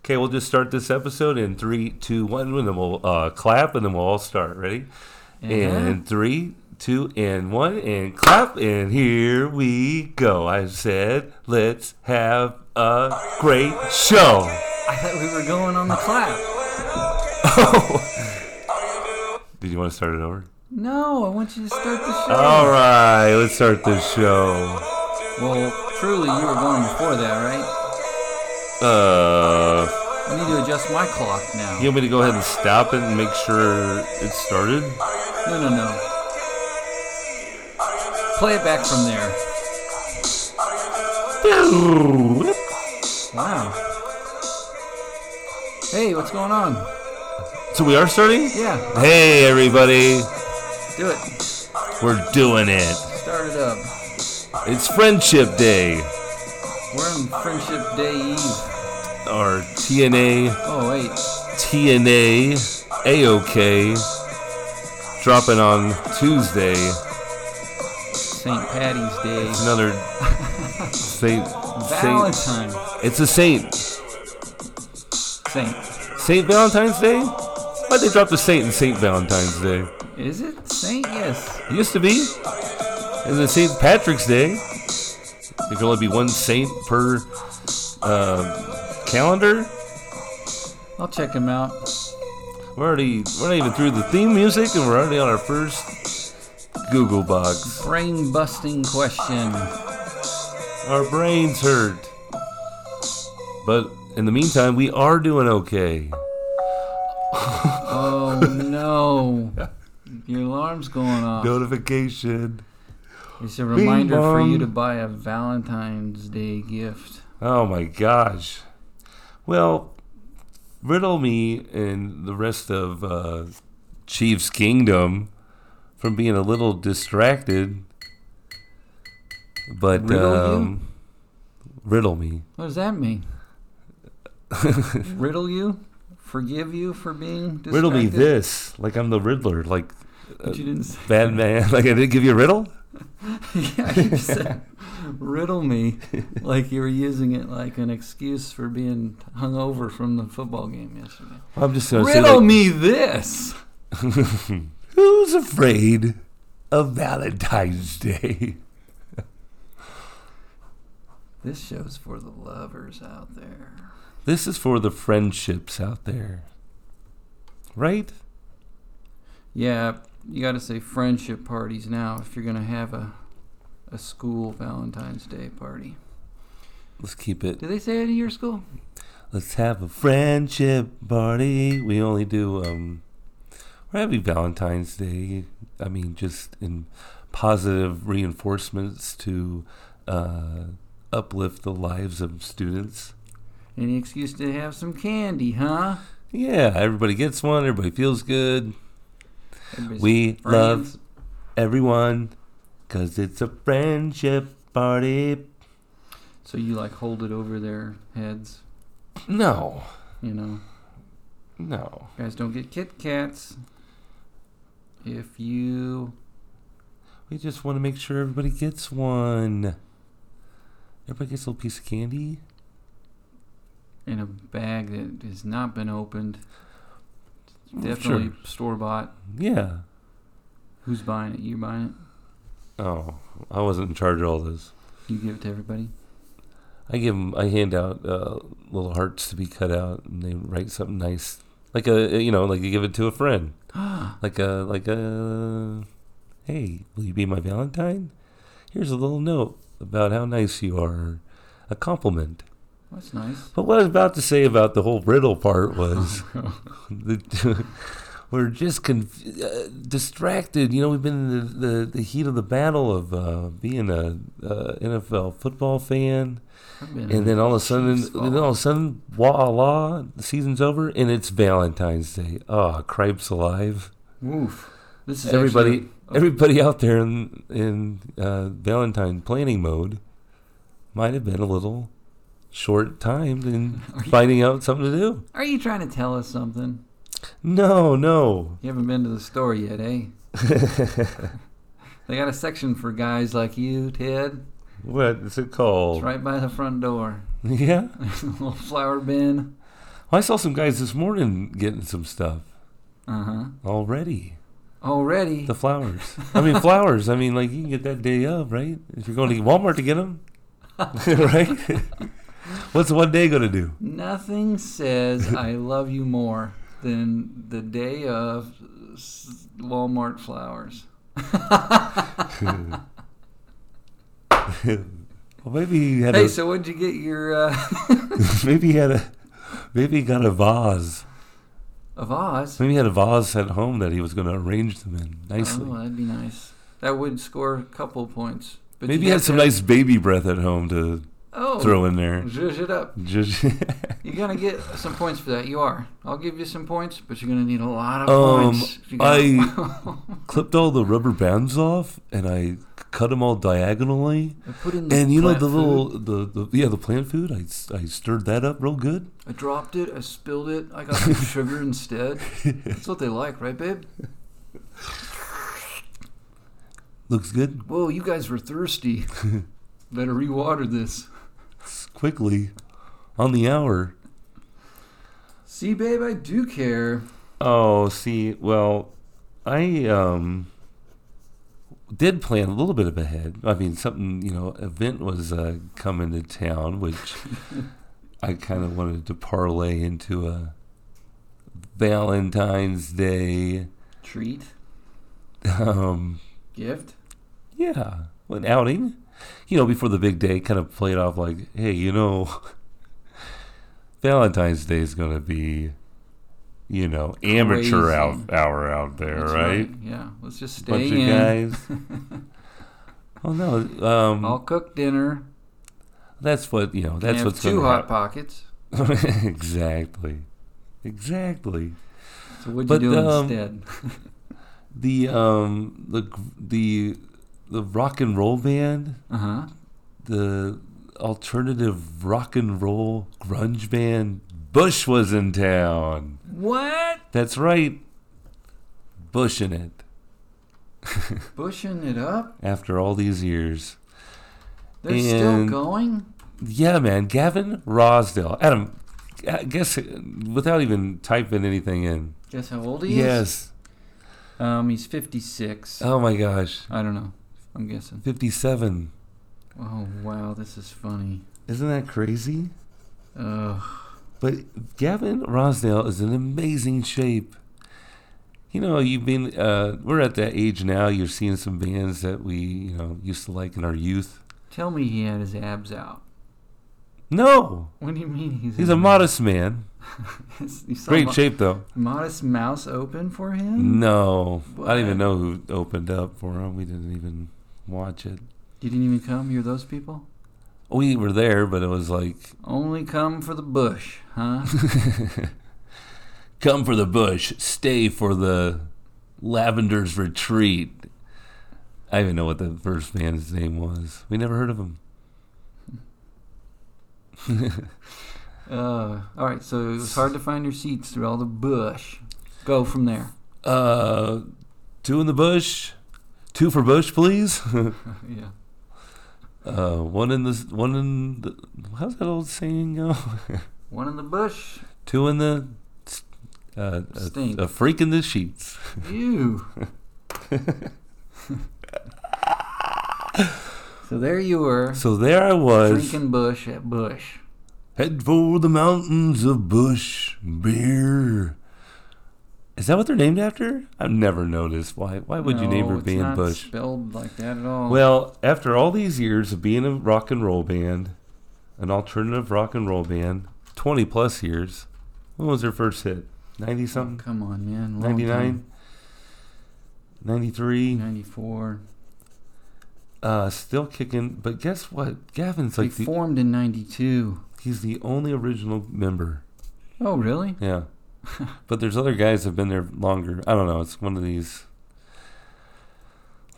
Okay, we'll just start this episode in three, two, one, and then we'll uh, clap, and then we'll all start. Ready? And three, two, and one, and clap, and here we go. I said, let's have a great show. I thought we were going on the clap. Did you want to start it over? No, I want you to start the show. All right, let's start this show. well, truly, you were going before that, right? Uh, I need to adjust my clock now. you want me to go ahead and stop it and make sure it started? No, no, no. Play it back from there. Wow. Hey, what's going on? So we are starting? Yeah, Hey, everybody, do it. we're doing it. Start it up. It's Friendship Day, We're on Friendship Day Eve. or TNA Oh, wait. TNA AOK dropping on Tuesday. St. Patty's Day. Another Saint Saint. Valentine. It's a Saint Saint. Saint Valentine's Day. Why'd they drop the Saint in Saint Valentine's Day? Is it Saint? Yes. It used to be. And then Saint Patrick's Day. There could only be one saint per uh, calendar. I'll check him out. We're already we're not even through the theme music, and we're already on our first Google box. Brain busting question. Our brains hurt. But in the meantime, we are doing okay. Oh no. Your alarm's going off. Notification. It's a reminder for you bong. to buy a Valentine's Day gift. Oh my gosh. Well, riddle me and the rest of uh, Chief's Kingdom from being a little distracted. But, Riddle you? um, riddle me. What does that mean? Riddle you? Forgive you for being distracted? Riddle me this. Like I'm the Riddler. Like But you didn't say Batman. like I didn't give you a riddle? yeah, you said riddle me like you were using it like an excuse for being hung over from the football game yesterday. I'm just going to say. Riddle like- me this. Who's afraid of Valentine's Day? This show's for the lovers out there. This is for the friendships out there. Right? Yeah, you got to say friendship parties now if you're gonna have a a school Valentine's Day party. Let's keep it. Do they say it in your school? Let's have a friendship party. We only do um we're having Valentine's Day. I mean just in positive reinforcements to uh uplift the lives of students. Any excuse to have some candy, huh? Yeah, everybody gets one, everybody feels good. Everybody's We love friends. everyone because it's a friendship party. So you like hold it over their heads, No, you know? no. Guys, don't get Kit Kats. If you We just want to make sure everybody gets one. Everybody gets a little piece of candy. in a bag that has not been opened, Mm, definitely store bought. Yeah. Who's buying it? You buying it? Oh, I wasn't in charge of all this. You give it to everybody. I give 'em- I hand out uh, little hearts to be cut out, and they write something nice, like a uh, you know, like you give it to a friend, like a like a. Hey, will you be my Valentine? Here's a little note about how nice you are, a compliment. That's nice. But what I was about to say about the whole riddle part was that we're just conf- uh, distracted. You know, we've been in the, the, the heat of the battle of uh, being a uh, NFL football fan, I've been and then all of a sudden, Chiefs then all of a sudden, voila, the season's over, and it's Valentine's Day. Oh, cripes alive! Oof. This is everybody, actually- everybody out there in in uh, Valentine planning mode might have been a little short timed in Are you- finding out something to do. Are you trying to tell us something? No, no. You haven't been to the store yet, eh? They got a section for guys like you, Ted. what is it It's called? right by the front door. Yeah. There's a little flower bin. Well, I saw some guys this morning getting some stuff Uh huh. already. Already. The flowers. I mean, flowers. I mean, like you can get that day of, right? If you're going to Walmart to get them, right? What's one day going to do? Nothing says I love you more than the day of s- Walmart flowers. Well, maybe he had Hey, a so what'd you get your uh, maybe he had a maybe he got a vase. of Oz? Maybe he had a vase at home that he was going to arrange them in nicely. Oh, that'd be nice. That would score a couple points. But maybe you he had got some that- nice baby breath at home to oh, throw in there. Zhuzh it up. Just, You're gonna get some points for that. You are. I'll give you some points, but you're gonna need a lot of Um, points. You clipped all the rubber bands off and I cut them all diagonally. I put in the And you know plant the little food. the, the yeah the plant food I, s- I stirred that up real good. I dropped it. I spilled it. I got some sugar instead. That's what they like, right, babe? Looks good. Whoa, you guys were thirsty. Better rewater this. It's quickly, on the hour. See, babe, I do care. Oh, see, well, I um did plan a little bit of ahead. I mean, something you know, event was uh, coming to town, which I kind of wanted to parlay into a Valentine's Day. Treat, Um, gift. Yeah, an outing. You know, before the big day, kind of played off like, hey, you know, Valentine's Day is going to be, you know, amateur Crazy. out, hour out there, That's right? Yeah, let's just stay Bunch in. of guys. oh no, um, I'll cook dinner. that's what you know. Can Oh, That's have what's two gonna hot hap- pockets. exactly, exactly. So what'd But, you do um, instead? The um the gr- the the rock and roll band Uh huh. the alternative rock and roll grunge band Bush was in town. What? That's right. Bush in it Bushing it up? after all these years. They're still And- going? Yeah, man. Gavin Rosdale. Adam, I guess uh, without even typing anything in. Guess how old he is? Yes. Um, he's 56. Oh my gosh. I don't know. I'm guessing. 57. Oh, wow, this is funny. Isn't that crazy? Ugh. But Gavin Rosdale is in amazing shape. You know, you've been, uh, we're at that age now, you're seeing some bands that we, you know, used to like in our youth. Tell me he had his abs out. No! What do you mean he's He's a modest man. you saw Great Mo- shape, though. Modest Mouse open for him? No. I don't What? even know who opened up for him. We didn't even watch it. You didn't even come? You're those people? We were there, but it was like, Only come for the bush, huh? come for the bush, stay for the lavender's retreat. I don't even know what the first man's name was. We never heard of him. uh, all right, so it was hard to find your seats through all the bush. Go from there. Uh, two in the bush, two for Bush, please. yeah. uh, one in the one in the how's that old saying go? One in the bush. Two in the uh, a, Stink. a freak in the sheets. Ew. so there you were, So there I was, drinking bush at bush. head for the mountains of Bush beer. Is that what they're named after? I've never noticed. Why? Why would you name No, your it's band not Bush? Spelled like that at all. Well, after all these years of being a rock and roll band, an alternative rock and roll band, 20 plus years, when was their first hit? 90 Oh, something? Come on, man. Long 99? time. 93? 94. Uh, still kicking. But guess what? Gavin's They like, the, formed in 92. he's the only original member. Oh, really? Yeah. but there's other guys that have been there longer. I don't know. It's one of these.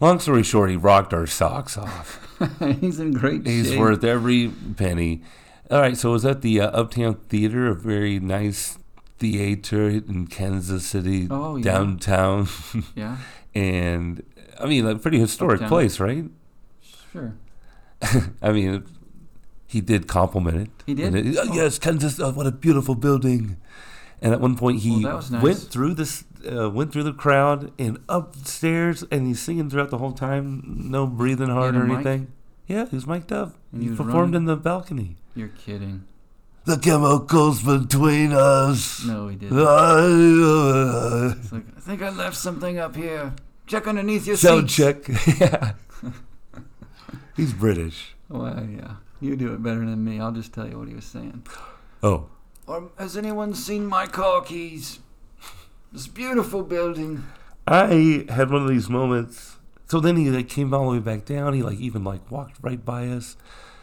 Long story short, he rocked our socks off. He's in great He's shape. worth every penny. All right, so it was at the uh, Uptown Theater, a very nice theater in Kansas City, Oh, yeah. downtown, Yeah, and I mean, a pretty historic Uptown. place, right? sure. I mean, he did compliment it. He did? And it- "Oh, yes, Kansas. Oh, what a beautiful building. And at one point, he Well, that was nice. went through this, uh, went through the crowd and upstairs, and he's singing throughout the whole time, no breathing hard a or mic? anything. Yeah, he was mic'd up. And he he was performed running? in the balcony. You're kidding. The chemicals between us. No, he didn't. No. It's like, I think I left something up here. Check underneath your Sound seats. check. yeah. He's British. Well, yeah. You do it better than me. I'll just tell you what he was saying. Oh, Or Um, has anyone seen my car keys? This beautiful building. I had one of these moments. So then he like came all the way back down. He like even like walked right by us.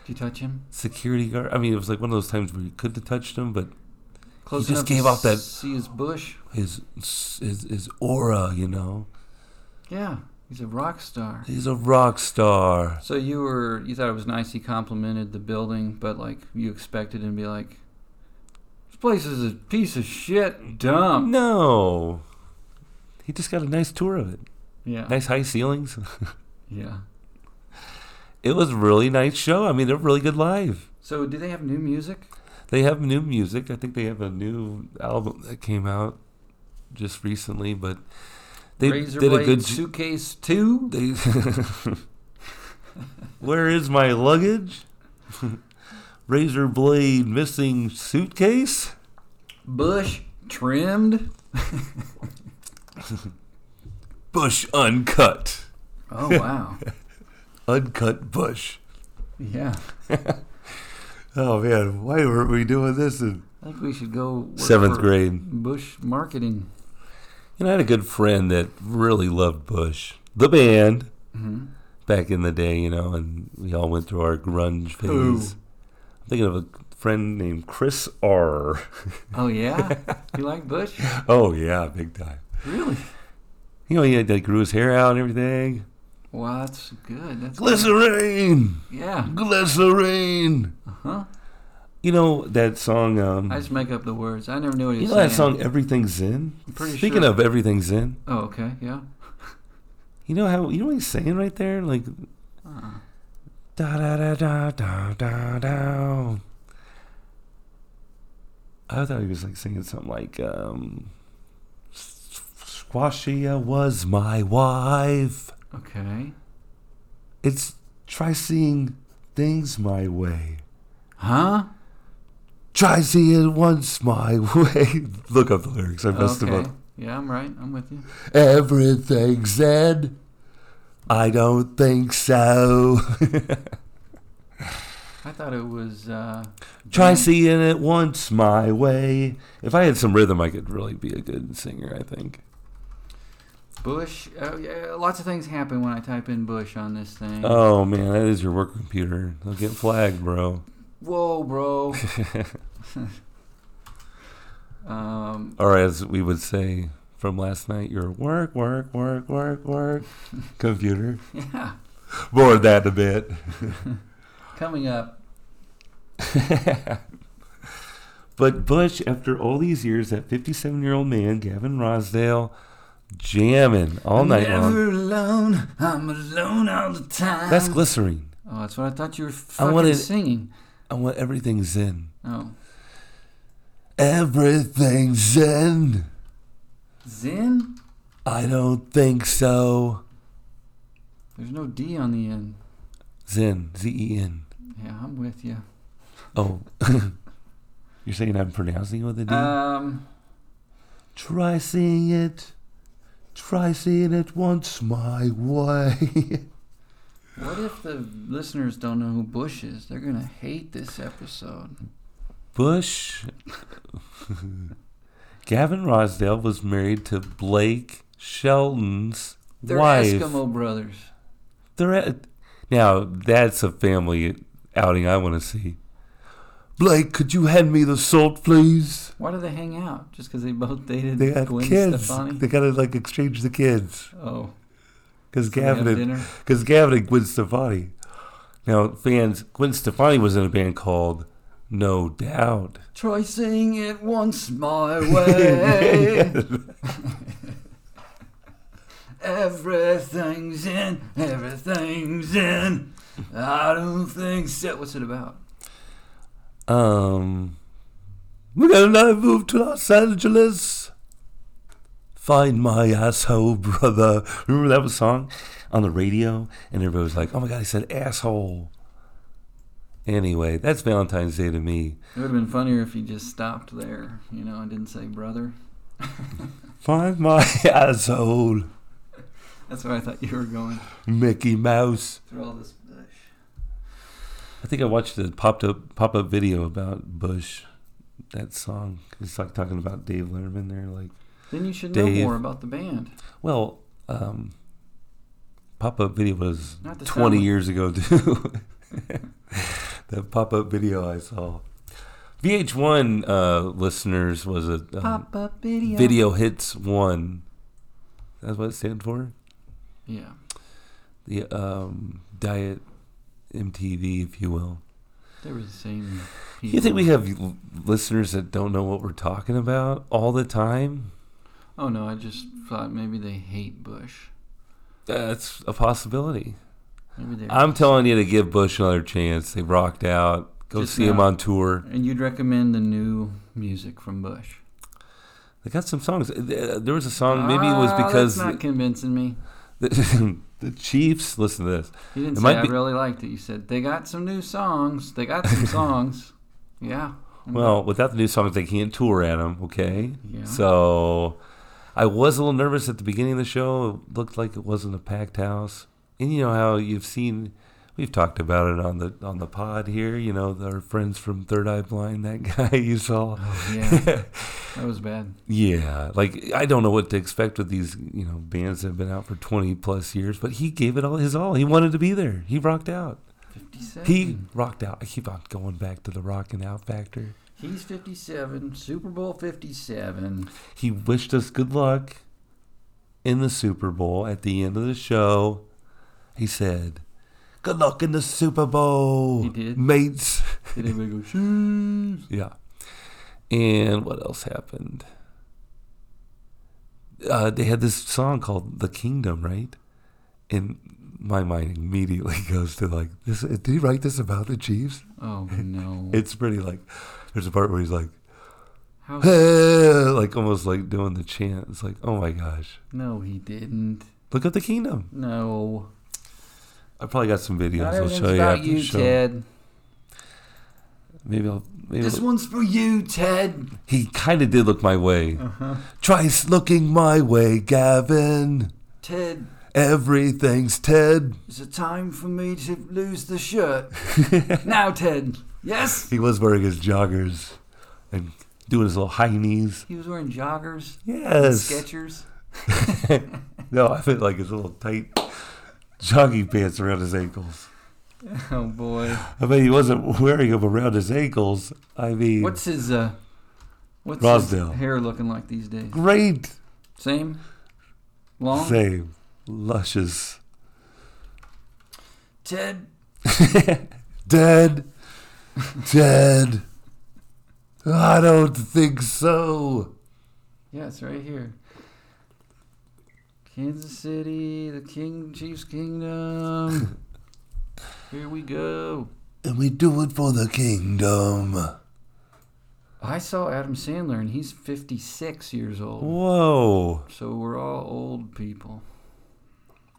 Did you touch him? Security guard. I mean, it was like one of those times where you couldn't have touched him, but Close just enough to gave off that- See his bush. his his his aura, you know, Yeah, he's a rock star. he's a rock star. So you were you thought it was nice he complimented the building, but like you expected him to be like, this place is a piece of shit, dumb. No, he just got a nice tour of it. Yeah, Nice high ceilings. yeah. It was a really nice show. I mean, they're really good live. So do they have new music? They have new music. I think they have a new album that came out just recently, but they Razor did Blade a good. j- Suitcase Two. They Where is my luggage? Razor blade missing suitcase? Bush trimmed. Bush uncut. Oh wow. Uncut bush. yeah. Oh man, why were we doing this in I think we should go work seventh for grade? Bush marketing. You know, I had a good friend that really loved Bush, the band, hmm back in the day, you know, and we all went through our grunge Who? phase. I'm thinking of a friend named Chris R. Oh yeah. you like Bush? Oh yeah, big time. Really? You know, he had, like, grew his hair out and everything. Wow, that's good. That's good. Glycerine, Yeah. glycerine. Uh huh. You know that song? Um, I just make up the words. I never knew what he you was know that saying. song, "Everything's In." I'm pretty Speaking sure. of "Everything's In," Oh, okay. Yeah. you know how you know what he's saying right there, like Uh, Da da da da da da da. I thought he was like singing something like um, S- Squashia was my wife. okay. It's try seeing things my way. Huh? Try seeing it once my way. Look up the lyrics. I messed them Okay. up. Yeah, I'm right. I'm with you. Everything said. I don't think so. I thought it was. Uh, Try Van- seeing it once my way. If I had some rhythm, I could really be a good singer, I think. Bush. Uh, yeah, lots of things happen when I type in Bush on this thing. Oh, man, that is your work computer. They'll get flagged, bro. Whoa, bro. um, Or as we would say from last night, your work, work, work, work, work, computer. yeah. More of that in a bit. Coming up. But Bush, after all these years, that 57 year old man, Gavin Rosdale, jamming all night long. Never alone. I'm alone all the time. That's glycerine. oh, that's what I thought you were fucking wanted- singing. I want everything zen. Oh, Everything's zen. Zen. I don't think so. There's no D on the end. Zen, Z E N. Yeah, I'm with you. Oh, you're saying I'm pronouncing it with a D? Um, Try seeing it. Try seeing it once my way. what if the listeners don't know who Bush is? They're gonna hate this episode. Bush. Gavin Rosdale was married to Blake Shelton's They're wife. Eskimo brothers. They're at, now that's a family outing I want to see. Blake, could you hand me the salt, please? Why do they hang out? Just because they both dated They had Gwen kids. Stefani? They gotta like exchange the kids oh, because they have Gavin and dinner. because Gavin and Gwen Stefani. Now fans, Gwen Stefani was in a band called No Doubt. Try singing it once my way. everything's in. Everything's in. I don't think so. What's it about? Um, Miguel and I moved to Los Angeles. Find my asshole brother. Remember that was a song on the radio, and everybody was like, "Oh my god, he said asshole." Anyway, that's Valentine's Day to me. It would have been funnier if you just stopped there, you know, and didn't say brother. Find my asshole, That's where I thought you were going Mickey Mouse. through all this bush. I think I watched a popped up pop up video about Bush. That song. It's like talking about Dave Letterman there, like. Then you should Dave. know more about the band. Well, um, pop up video was Not to 20 sound- years ago, too. that pop up video I saw. VH1 uh, listeners was a um, Pop up video. video. hits one. That's what it stands for. Yeah. The um, Diet MTV, if you will. They were the same people. You think we have l- listeners that don't know what we're talking about all the time? Oh, no, I just thought maybe they hate Bush. That's a possibility. Maybe they I'm telling you to give Bush another chance. They rocked out. Go Just see him now. on tour. And you'd recommend the new music from Bush? They got some songs. Uh, There was a song. Maybe it was Ah, because That's not convincing me. the, the Chiefs. Listen to this. You didn't It say might I be- really liked it. You said they got some new songs. They got some songs. Yeah. Well, without the new songs, they can't tour at them. Okay. Yeah. So, I was a little nervous at the beginning of the show. It looked like it wasn't a packed house. And you know how you've seen. We've talked about it on the on the pod here. You know, our friends from Third Eye Blind. That guy you saw. Oh, yeah. that was bad. Yeah, like I don't know what to expect with these, you know, bands that have been out for twenty plus years. But he gave it all his all. He wanted to be there. He rocked out. 57. He rocked out. I keep on going back to the rocking out factor. He's 57. Super Bowl 57. He wished us good luck in the Super Bowl. At the end of the show, he said, "Good luck in the Super Bowl, He did? mates." Did everybody go, shoes? Yeah. And what else happened? Uh, they had this song called "The Kingdom," right? And my mind immediately goes to like, "This did he write this about the Chiefs?" Oh, no. It's pretty like. There's a part where he's like, How? like almost like doing the chant. It's like, oh my gosh, No, he didn't. look up the Kingdom. No. I probably got some videos. Not I'll everything's show you about after you, the show. Ted. Maybe I'll. Maybe This I'll- one's for you, Ted. he kind of did look my way. Uh-huh. Try s- looking my way, Gavin. Ted, Everything's Ted. it's a time for me to lose the shirt. now, Ted. Yes? He was wearing his joggers and doing his little high knees. He was wearing joggers, Yes. Skechers. No, I meant like his little tight jogging pants around his ankles. Oh, boy. I mean, he wasn't wearing them around his ankles. I mean, What's his, uh, what's Rosdale. his hair looking like these days? great. Same? Long? Same. Luscious. Ted, Dead. Dead. I don't think so. Yeah, it's right here. Kansas City, the King Chiefs Kingdom. here we go. And we do it for the kingdom. I saw Adam Sandler and he's 56 years old. Whoa. So we're all old people.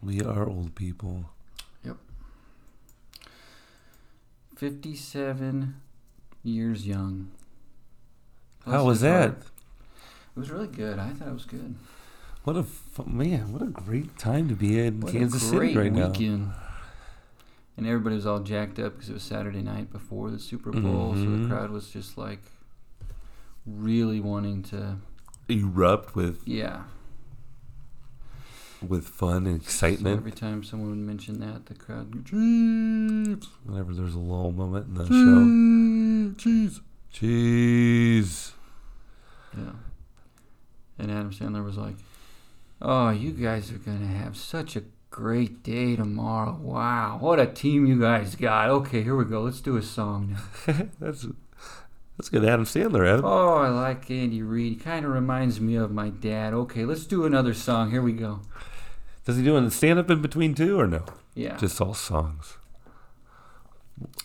We are old people. 57 years young. How was that? It was really good. I thought it was good. What a fu- man! What a great time to be in What a Kansas City great right now. weekend. And everybody was all jacked up because it was Saturday night before the Super Bowl, so Mhm. the crowd was just like really wanting to, Erupt with yeah. with fun and So excitement every time someone would mention that, the crowd would cheese, whenever there's a lull moment in the show. cheese, cheese. Jeez, Yeah. And Adam Sandler was like, "Oh, you guys are gonna have such a great day tomorrow. Wow, what a team you guys got. Okay, here we go. Let's do a song now." that's that's good, Adam Sandler. Adam, Oh, I like Andy Reid. Kind of reminds me of my dad. Okay, let's do another song. Here we go. does he do a stand up in between too, or no? Yeah. Just all songs.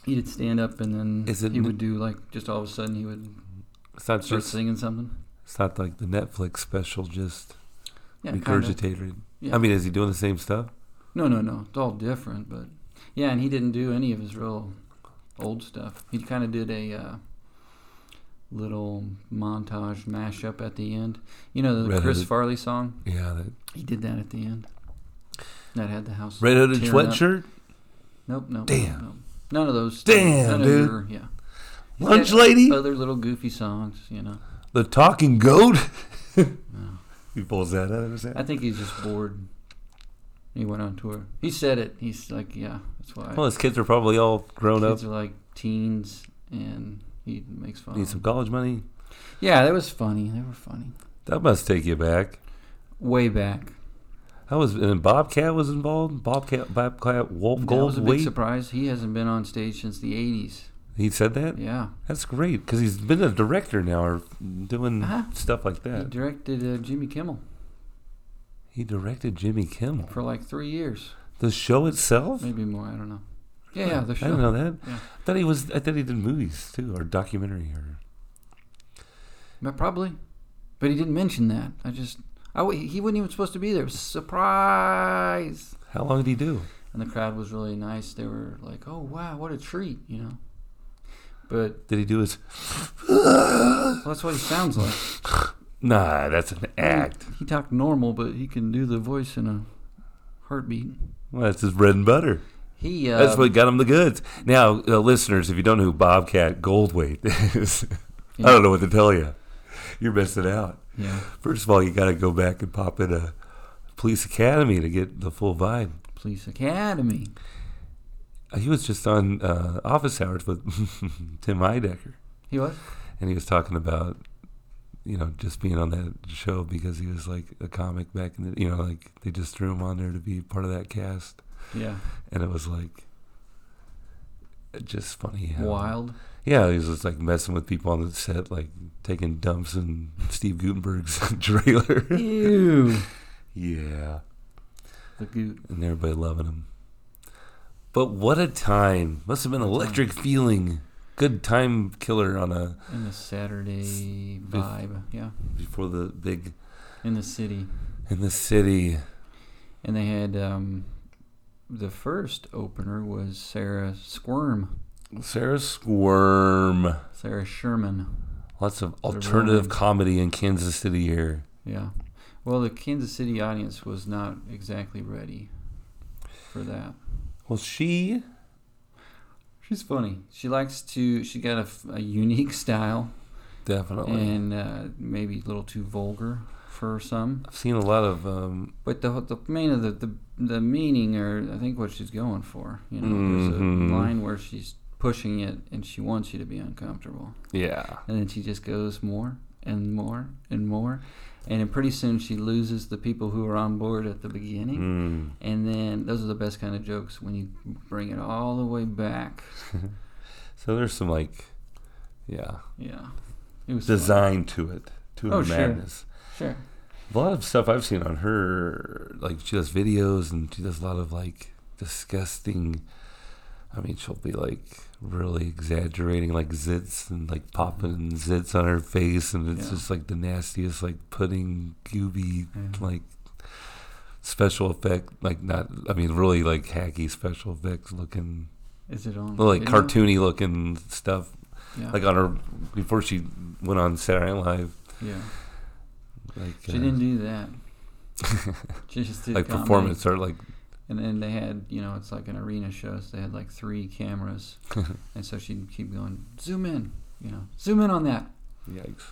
He did stand up, and then Is it he n- would do like just all of a sudden he would It's not start just. singing something. It's not like the Netflix special, just Yeah, kinda. regurgitated. Yeah. I mean, is he doing the same stuff? No, no, no. It's all different, but yeah, and he didn't do any of his real old stuff. He kind of did a uh, little montage mashup at the end. You know the Red Chris Hooded- Farley song. Yeah, that He did that at the end. That had the house. red hooded tearing up. sweatshirt, Nope, nope. Damn. nope. None of those. Damn, none dude. Of your, yeah. lunch Yeah. Uh, lady, Other little goofy songs, you know. the talking goat. No. He pulls that out of his hat. I think he's just bored. He went on tour. He said it. He's like, yeah, that's why. Well, his kids are probably all grown up. kids are like teens, and he makes fun. Need of some them. college money. Yeah, that was funny. They were funny. That must take you back. Way back. That was and Bobcat was involved. Bobcat, Bobcat, Wolf that was a big Goldthwait. surprise. He hasn't been on stage since the '80s. He said that. Yeah, That's great because he's been a director now or doing Uh-huh. stuff like he that. directed uh, Jimmy Kimmel He directed Jimmy Kimmel. for like three years, The show itself. maybe more. I don't know. Yeah, yeah, the I show. didn't know that. Yeah. I thought he was. I thought he did movies too, or documentary, or But probably, but he didn't mention that. I just, I w- he wasn't even supposed to be there. It was a surprise. how long did he do? And the crowd was really nice. They were like, "Oh wow, what a treat," you know. But Did he do his? well, that's what he sounds like. Nah, that's an act. He talked normal, but he can do the voice in a heartbeat. Well, that's his bread and butter. He uh, That's what got him the goods. Now, uh, listeners, if you don't know who Bobcat Goldthwait is, I Yeah. don't know what to tell you. You're missing out. Yeah, First of all, you got to go back and pop in a Police Academy to get the full vibe. Police Academy. Uh, He was just on uh, Office Hours with Tim Heidecker, He was. and he was talking about, you know, just being on that show because he was like a comic back in the, you know, like they just threw him on there to be part of that cast, Yeah, and it was like just funny how wild. Yeah, he was just like messing with people on the set, like taking dumps in Steve Gutenberg's trailer. Ew. yeah. The goot. And everybody loving him. But what a time. Must have been an What a electric feeling. Good time killer on a And the Saturday vibe. Yeah, before the big in the city. in the city. And they had um, the first opener was Sarah Squirm, Sarah Squirm. Sarah Sherman. Lots of real alternative name. comedy in Kansas City here. Yeah. Well, the Kansas City audience was not exactly ready for that. Well, she She's funny. She likes to. She got a, f- a unique style, definitely. and uh, maybe a little too vulgar for some. I've seen a lot of um, But the the main of the, the the meaning, or I think what she's going for, you know, there's Mhm. a line where she's pushing it, and she wants you to be uncomfortable, yeah. and then she just goes more and more and more, and then pretty soon she loses the people who are on board at the beginning. Mm. And then those are the best kind of jokes when you bring it all the way back. So there's some like, yeah, Yeah, it was fun. design to it, to uh, Oh, the sure. madness. Sure. A lot of stuff I've seen on her, like she does videos and she does a lot of like disgusting. I mean, she'll be like really exaggerating, like zits and like popping zits on her face, and it's Yeah. just like the nastiest, like pudding gooby, Yeah. like special effect, like not. I mean, really like hacky special effects looking, Is it on? like video? cartoony looking stuff Yeah. like on her before she went on Saturday Night Live. yeah. Like, She uh, didn't do that. she just did like comedy. performance or like And then they had, you know, it's like an arena show, so they had like three cameras, and so she'd keep going, zoom in, you know, zoom in on that. yikes.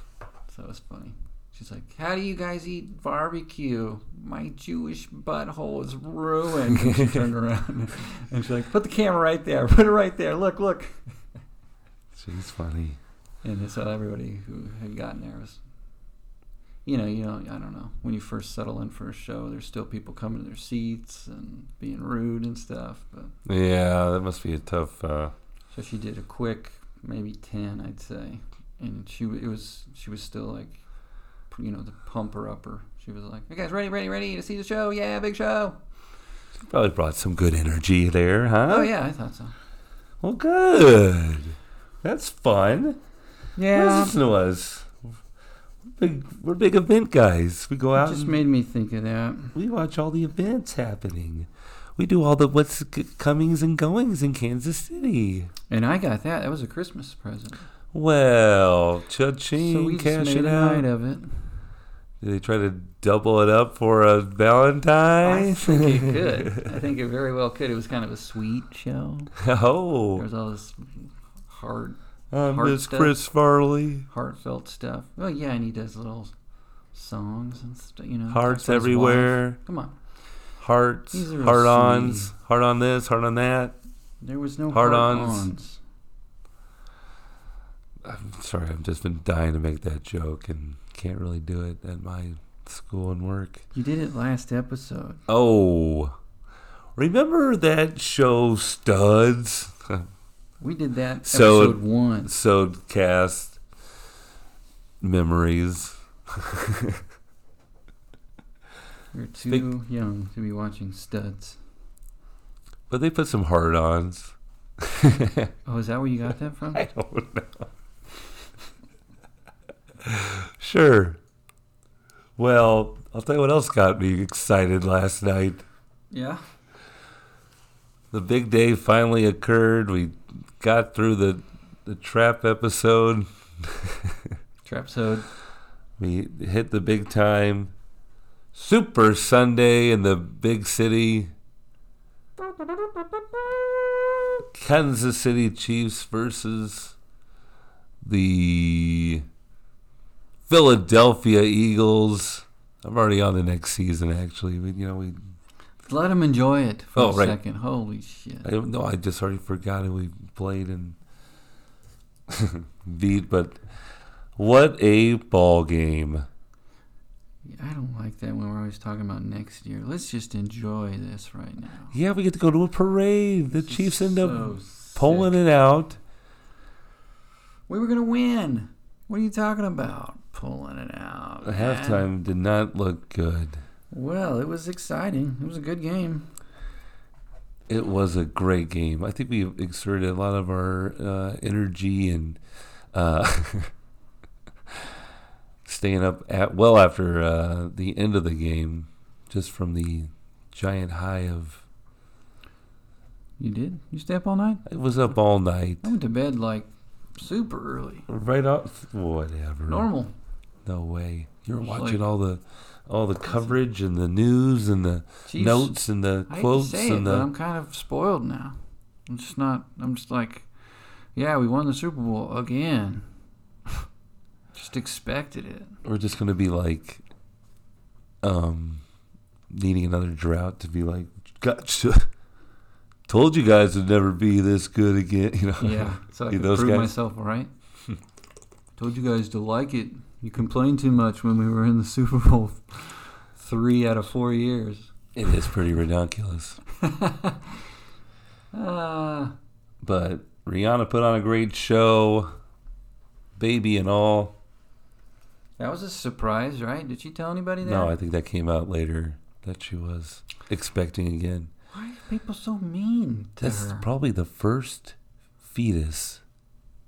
So it was funny. She's like, "How do you guys eat barbecue? My Jewish butthole is ruined." And she turned around and she's like, "Put the camera right there. Put it right there. Look, look." She's funny. And so everybody who had gotten there was, you know, you know, I don't know. When you first settle in for a show, there's still people coming to their seats and being rude and stuff. But Yeah, that must be a tough. Uh, so she did a quick, maybe ten, I'd say, and she w- it was she was still like, p- you know, the pumper upper. She was like, "You guys ready, ready, ready to see the show? Yeah, big show." she probably brought some good energy there, huh? Oh yeah, I Oh, thought so. Well, good. That's fun. What Yeah. else to us? We're big, we're big event guys. We go It out just and made me think of that. we watch all the events happening. We do all the what's c- comings and goings in Kansas City. And I got that. That was a Christmas present. Well, so we cha-ching, just cash made it a out. night of it. Did they try to double it up for a Valentine? I think it could. I think it very well could. It was kind of a sweet show. There oh, was all this hard, I'm hard Miss stuff. Chris Farley. heartfelt stuff. Well, yeah, and he does little songs and stuff. You know, talks Hearts about his wife. everywhere. Come on, Hearts, He's a real heart ons, heart on this, heart on that. there was no hard Hard-ons. ons. I'm sorry, I've just been dying to make that joke and can't really do it at my school and work. You did it last episode. Oh, remember that show Studs? We did that So- episode one. so cast memories. We were too young to be watching studs. But they put some hard ons. Oh, is that where you got that from? I don't know. sure. Well, I'll tell you what else got me excited last night. Yeah. The big day finally occurred. We got through the the trap episode. Trapsode. We hit the big time. Super Sunday in the big city. Kansas City Chiefs versus the Philadelphia Eagles. I'm already on the next season, actually. But, you know, we Let him enjoy it for Oh, a right. second. Holy shit. I don't know. I just already forgot who we played and beat. But what a ball game! I don't like that when we're always talking about next year. Let's just enjoy this right now. Yeah, we get to go to a parade. The This is Chiefs end up so pulling sick. it out. We were gonna win. What are you talking about? Pulling it out. The man. halftime did not look good. Well, it was exciting. It was a good game. It was a great game. I think we exerted a lot of our uh, energy and uh, staying up at well after uh, the end of the game, just from the giant high of You did? You stay up all night? I was up all night. I went to bed like super early. Right off, whatever. Normal. No way. You're It's watching like- all the all the coverage and the news and the Chiefs. notes and the I hate to quotes say it, and but the I'm kind of spoiled now. I'm just not. I'm just like, yeah, we won the Super Bowl again. just expected it. we're just gonna be like um needing another drought to be like gotcha told you guys would never be this good again you know Yeah, so I You could those prove guys? myself, all right? Told you guys to like it. You complained too much when we were in the Super Bowl three out of four years. it is pretty ridiculous Uh, but rihanna put on a great show baby and all that was a surprise, right? Did she tell anybody that? no i think that came out later that she was expecting again Why are people so mean to that's her? probably the first fetus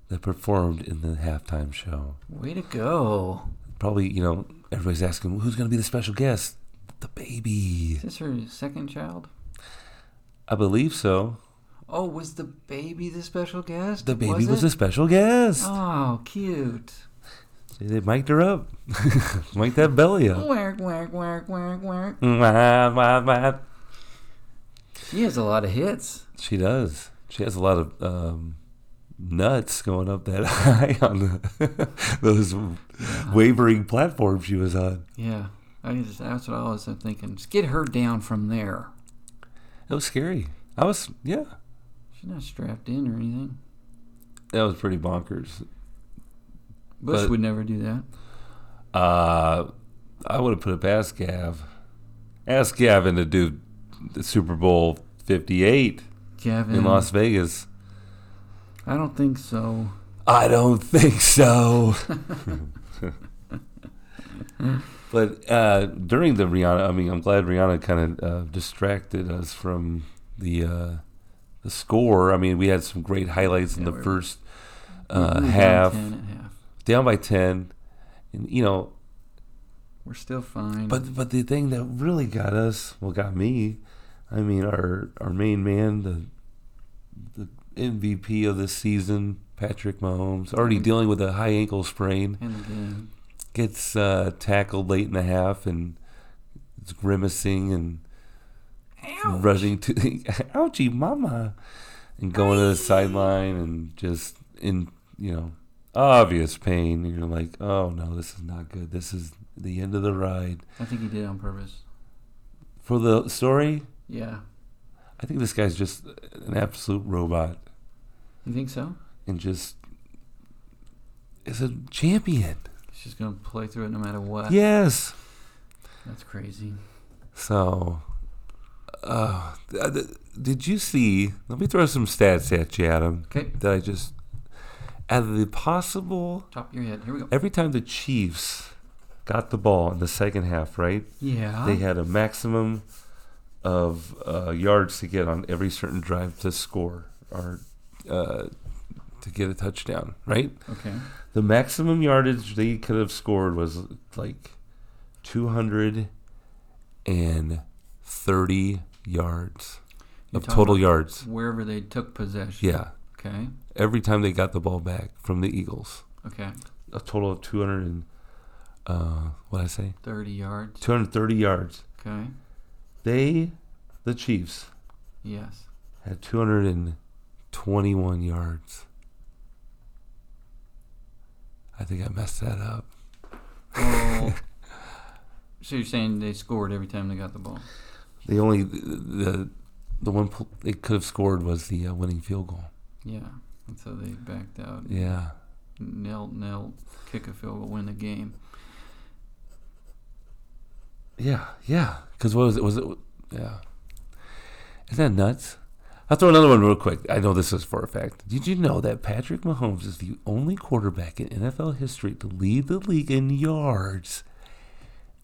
that performed in the halftime show Way to go. probably you know everybody's asking who's going to be the special guest the baby Is this her second child? i believe so Oh, was the baby the special guest? the baby was, it? a special guest Oh, cute. they, they mic'd her up mic that belly up Whack, whack, whack, whack, whack. Mwah, mwah, mwah. She has a lot of hits. she does she has a lot of um, nuts going up that high on the, those wavering platforms she was on Yeah, I just, that's what I was thinking. Just get her down from there. it was scary i was yeah She's not strapped in or anything. that was pretty bonkers Bush But- would never do that. Uh, I would have put it past Gav. Ask Gavin to do the Super Bowl 58 Gavin, in Las Vegas. I don't think so. I don't think so. but uh, during the Rihanna, I mean, I'm glad Rihanna kind of uh, distracted us from the uh, the score, I mean, we had some great highlights in Yeah, the we were- first We uh, were down half, 10 at half. down by ten, and you know, We're still fine. But but the thing that really got us, well, got me, I mean, our our main man, the the MVP of the season, Patrick Mahomes, already dealing with a high ankle sprain, in the game, gets uh, tackled late in the half and is grimacing and rushing to ouchie mama and going to the sideline and just in you know obvious pain and you're like oh no this is not good this is the end of the ride I think he did it on purpose. for the story Yeah. I think this guy's just an absolute robot You think so? and just is a champion. He's just gonna play through it no matter what. Yes. That's crazy. So, uh, th- th- did you see? Let me throw some stats at you, Adam. Okay. That I just out of the possible Top of your head. Here we go. every time the Chiefs got the ball in the second half, right? Yeah. They had a maximum of uh, yards to get on every certain drive to score or uh, to get a touchdown, right? okay. The maximum yardage they could have scored was like 230 yards You're of talking total about yards. Wherever they took possession. Yeah. Okay. Every time they got the ball back from the Eagles, Okay. a total of 200 and, uh, what I say? Thirty yards. 230 yards. Okay. They, the Chiefs, Yes. had 221 yards. I think I messed that up. Well, so you're saying they scored every time they got the ball? The only the the one pl- they could have scored was the uh, winning field goal. Yeah. And so they backed out. Yeah, Nil nil. Kick a field goal, win the game. yeah, yeah. Because what was it? Was it? Yeah. Isn't that nuts? I'll throw another one real quick. I know this is for a fact. Did you know that Patrick Mahomes is the only quarterback in NFL history to lead the league in yards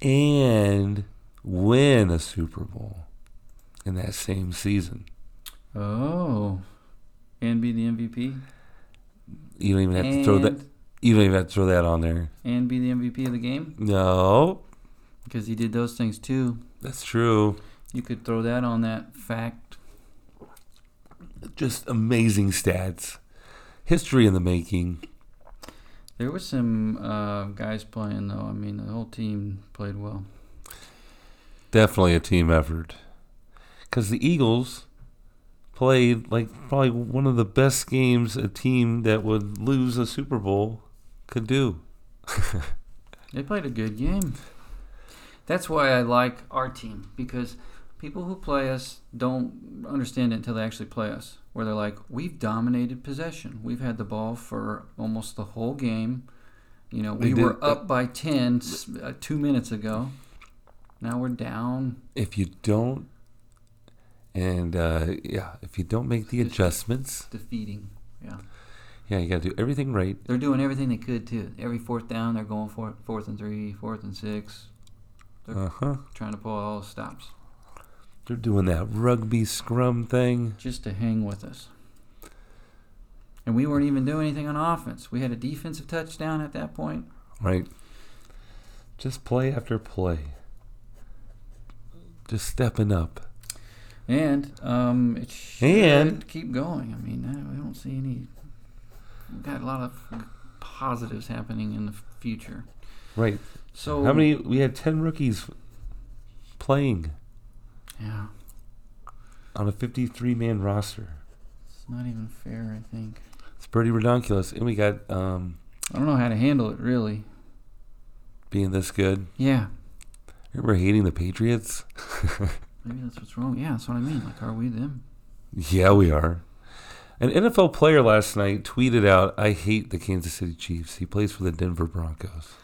and win a Super Bowl in that same season? Oh. And be the MVP. You don't even have to and, throw that. You don't even have to throw that on there. and be the MVP of the game No, because he did those things too. that's true. You could throw that on that fact. just amazing stats, history in the making. There was some uh, guys playing though. I mean, the whole team played well. Definitely a team effort. Because the Eagles played like probably one of the best games a team that would lose a Super Bowl could do. They played a good game. That's why I like our team because people who play us don't understand it until they actually play us. Where they're like, we've dominated possession. We've had the ball for almost the whole game. You know, They we did- were up by 10 s- uh, two minutes ago. Now we're down. If you don't, and uh, yeah, if you don't make the adjustments, Defeating. Yeah. yeah, you got to do everything right. They're doing everything they could too. Every fourth down, they're going for it. Fourth and three, fourth and six, Uh huh. trying to pull all the stops They're doing that rugby scrum thing. just to hang with us. And we weren't even doing anything on offense. We had a defensive touchdown at that point. Right. Just play after play. Just stepping up. And um, it should And- keep going. I mean, I, we don't see any. We've got a lot of positives happening in the future. Right. So How many? We had 10 rookies playing Yeah, on a 53 man roster. it's not even fair. I think It's pretty ridiculous. And we got um, I don't know how to handle it really. being this good. Yeah, Remember hating the Patriots? maybe that's what's wrong. Yeah, that's what I mean. Like, are we them? Yeah, we are. An NFL player last night tweeted out, I hate the Kansas City Chiefs. He plays for the Denver Broncos.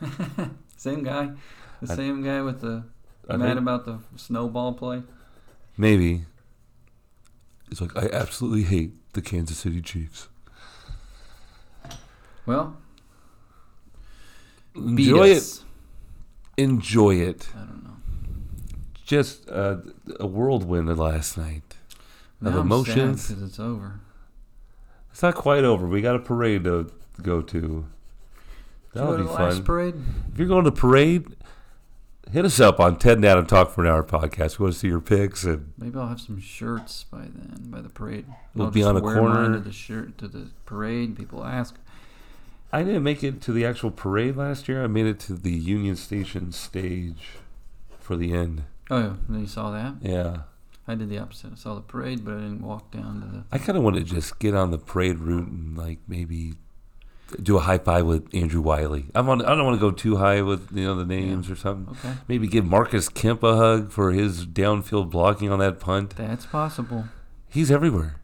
Same guy, the I- same guy with the I mad think- about the snowball play. Maybe. It's like, I absolutely hate the Kansas City Chiefs. Well, beat enjoy it us. enjoy it I don't know. just uh, a whirlwind last night of Now I'm sad emotions. 'cause it's over. It's not quite over. We got a parade to go to. Did you That'll go to be the last fun. parade? If you're going to parade, hit us up on Ted and Adam Talk for an Hour podcast. We want to see your pics and Maybe I'll have some shirts by then, by the parade. We'll I'll be just on a wear mine corner. to the shirt to the parade. People ask. I didn't make it to the actual parade last year. I made it to the Union Station stage for the end. Oh, yeah. Then you saw that? Yeah. I did the opposite. I saw the parade, but I didn't walk down to the. I kind of want to just get on the parade route and like maybe do a high five with Andrew Wiley. I'm on. I don't want to go too high with you know the names or something. Okay, Maybe give Marcus Kemp a hug for his downfield blocking on that punt. that's possible. He's everywhere.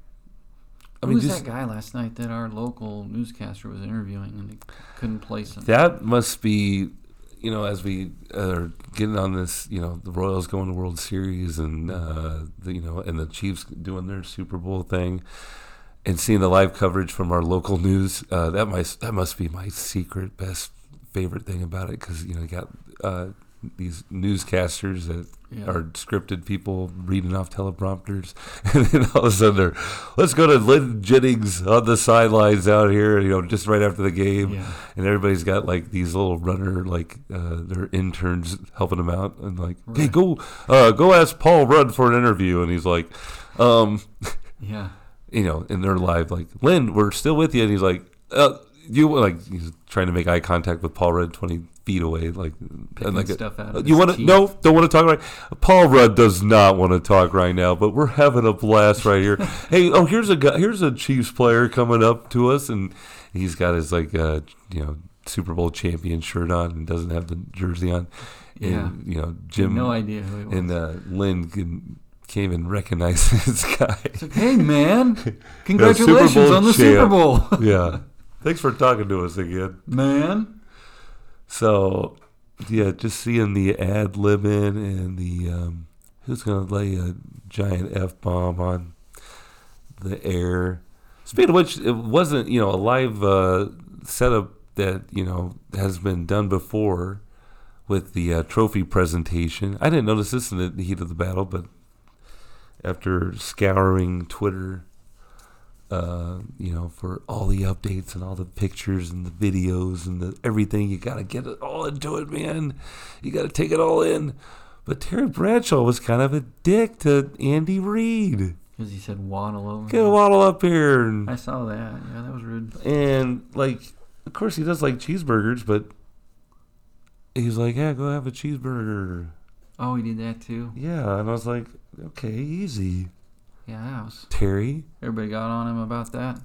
I Who mean, was just that guy last night that our local newscaster was interviewing and they couldn't place him? that must be, you know, as we are getting on this, you know, the Royals going to World Series and uh, the, you know, and the Chiefs doing their Super Bowl thing, and seeing the live coverage from our local news. Uh, that must that must be my secret best favorite thing about it because you know you got uh, these newscasters that yeah. are scripted people reading off teleprompters, and then all of a sudden they're, let's go to Lynn Jennings on the sidelines out here, you know, just right after the game, yeah. and everybody's got like these little runner, like uh, their interns helping them out, and like, hey, Right. go, uh, go ask Paul Rudd for an interview, and he's like, um, Yeah. you know, in their live, like, Lynn, we're still with you, and he's like, uh, you like he's trying to make eye contact with Paul Rudd twenty feet away, like, Picking and like a- stuff out uh, of You his want to? teeth. No, don't want to talk right. Paul Rudd does not want to talk right now, but we're having a blast right here. hey, oh, here's a guy, here's a Chiefs player coming up to us, and he's got his like uh, you know Super Bowl champion shirt on and doesn't have the jersey on. And, Yeah. you know Jim no idea who it was. and uh, Lynn can, can't even recognize this guy. it's like, hey, man, congratulations Bowl on the Super champ. Bowl, yeah, thanks for talking to us again. man. So, yeah, just seeing the ad libbing and the um, who's going to lay a giant f bomb on the air. Speaking of which, it wasn't you know a live uh, setup that you know has been done before with the uh, trophy presentation. I didn't notice this in the heat of the battle, but after scouring Twitter, uh, you know, for all the updates and all the pictures and the videos and the everything, you got to get it all into it, man. You got to take it all in. But Terry Bradshaw was kind of a dick to Andy Reid. Because he said waddle over. Get a me." waddle up here. And I saw that. Yeah, that was rude. and like, of course, he does like cheeseburgers, but he's like, "Yeah, go have a cheeseburger." Oh, he did that too. Yeah, and I was like, "Okay, easy, Yeah, that was. Terry." Everybody got on him about that.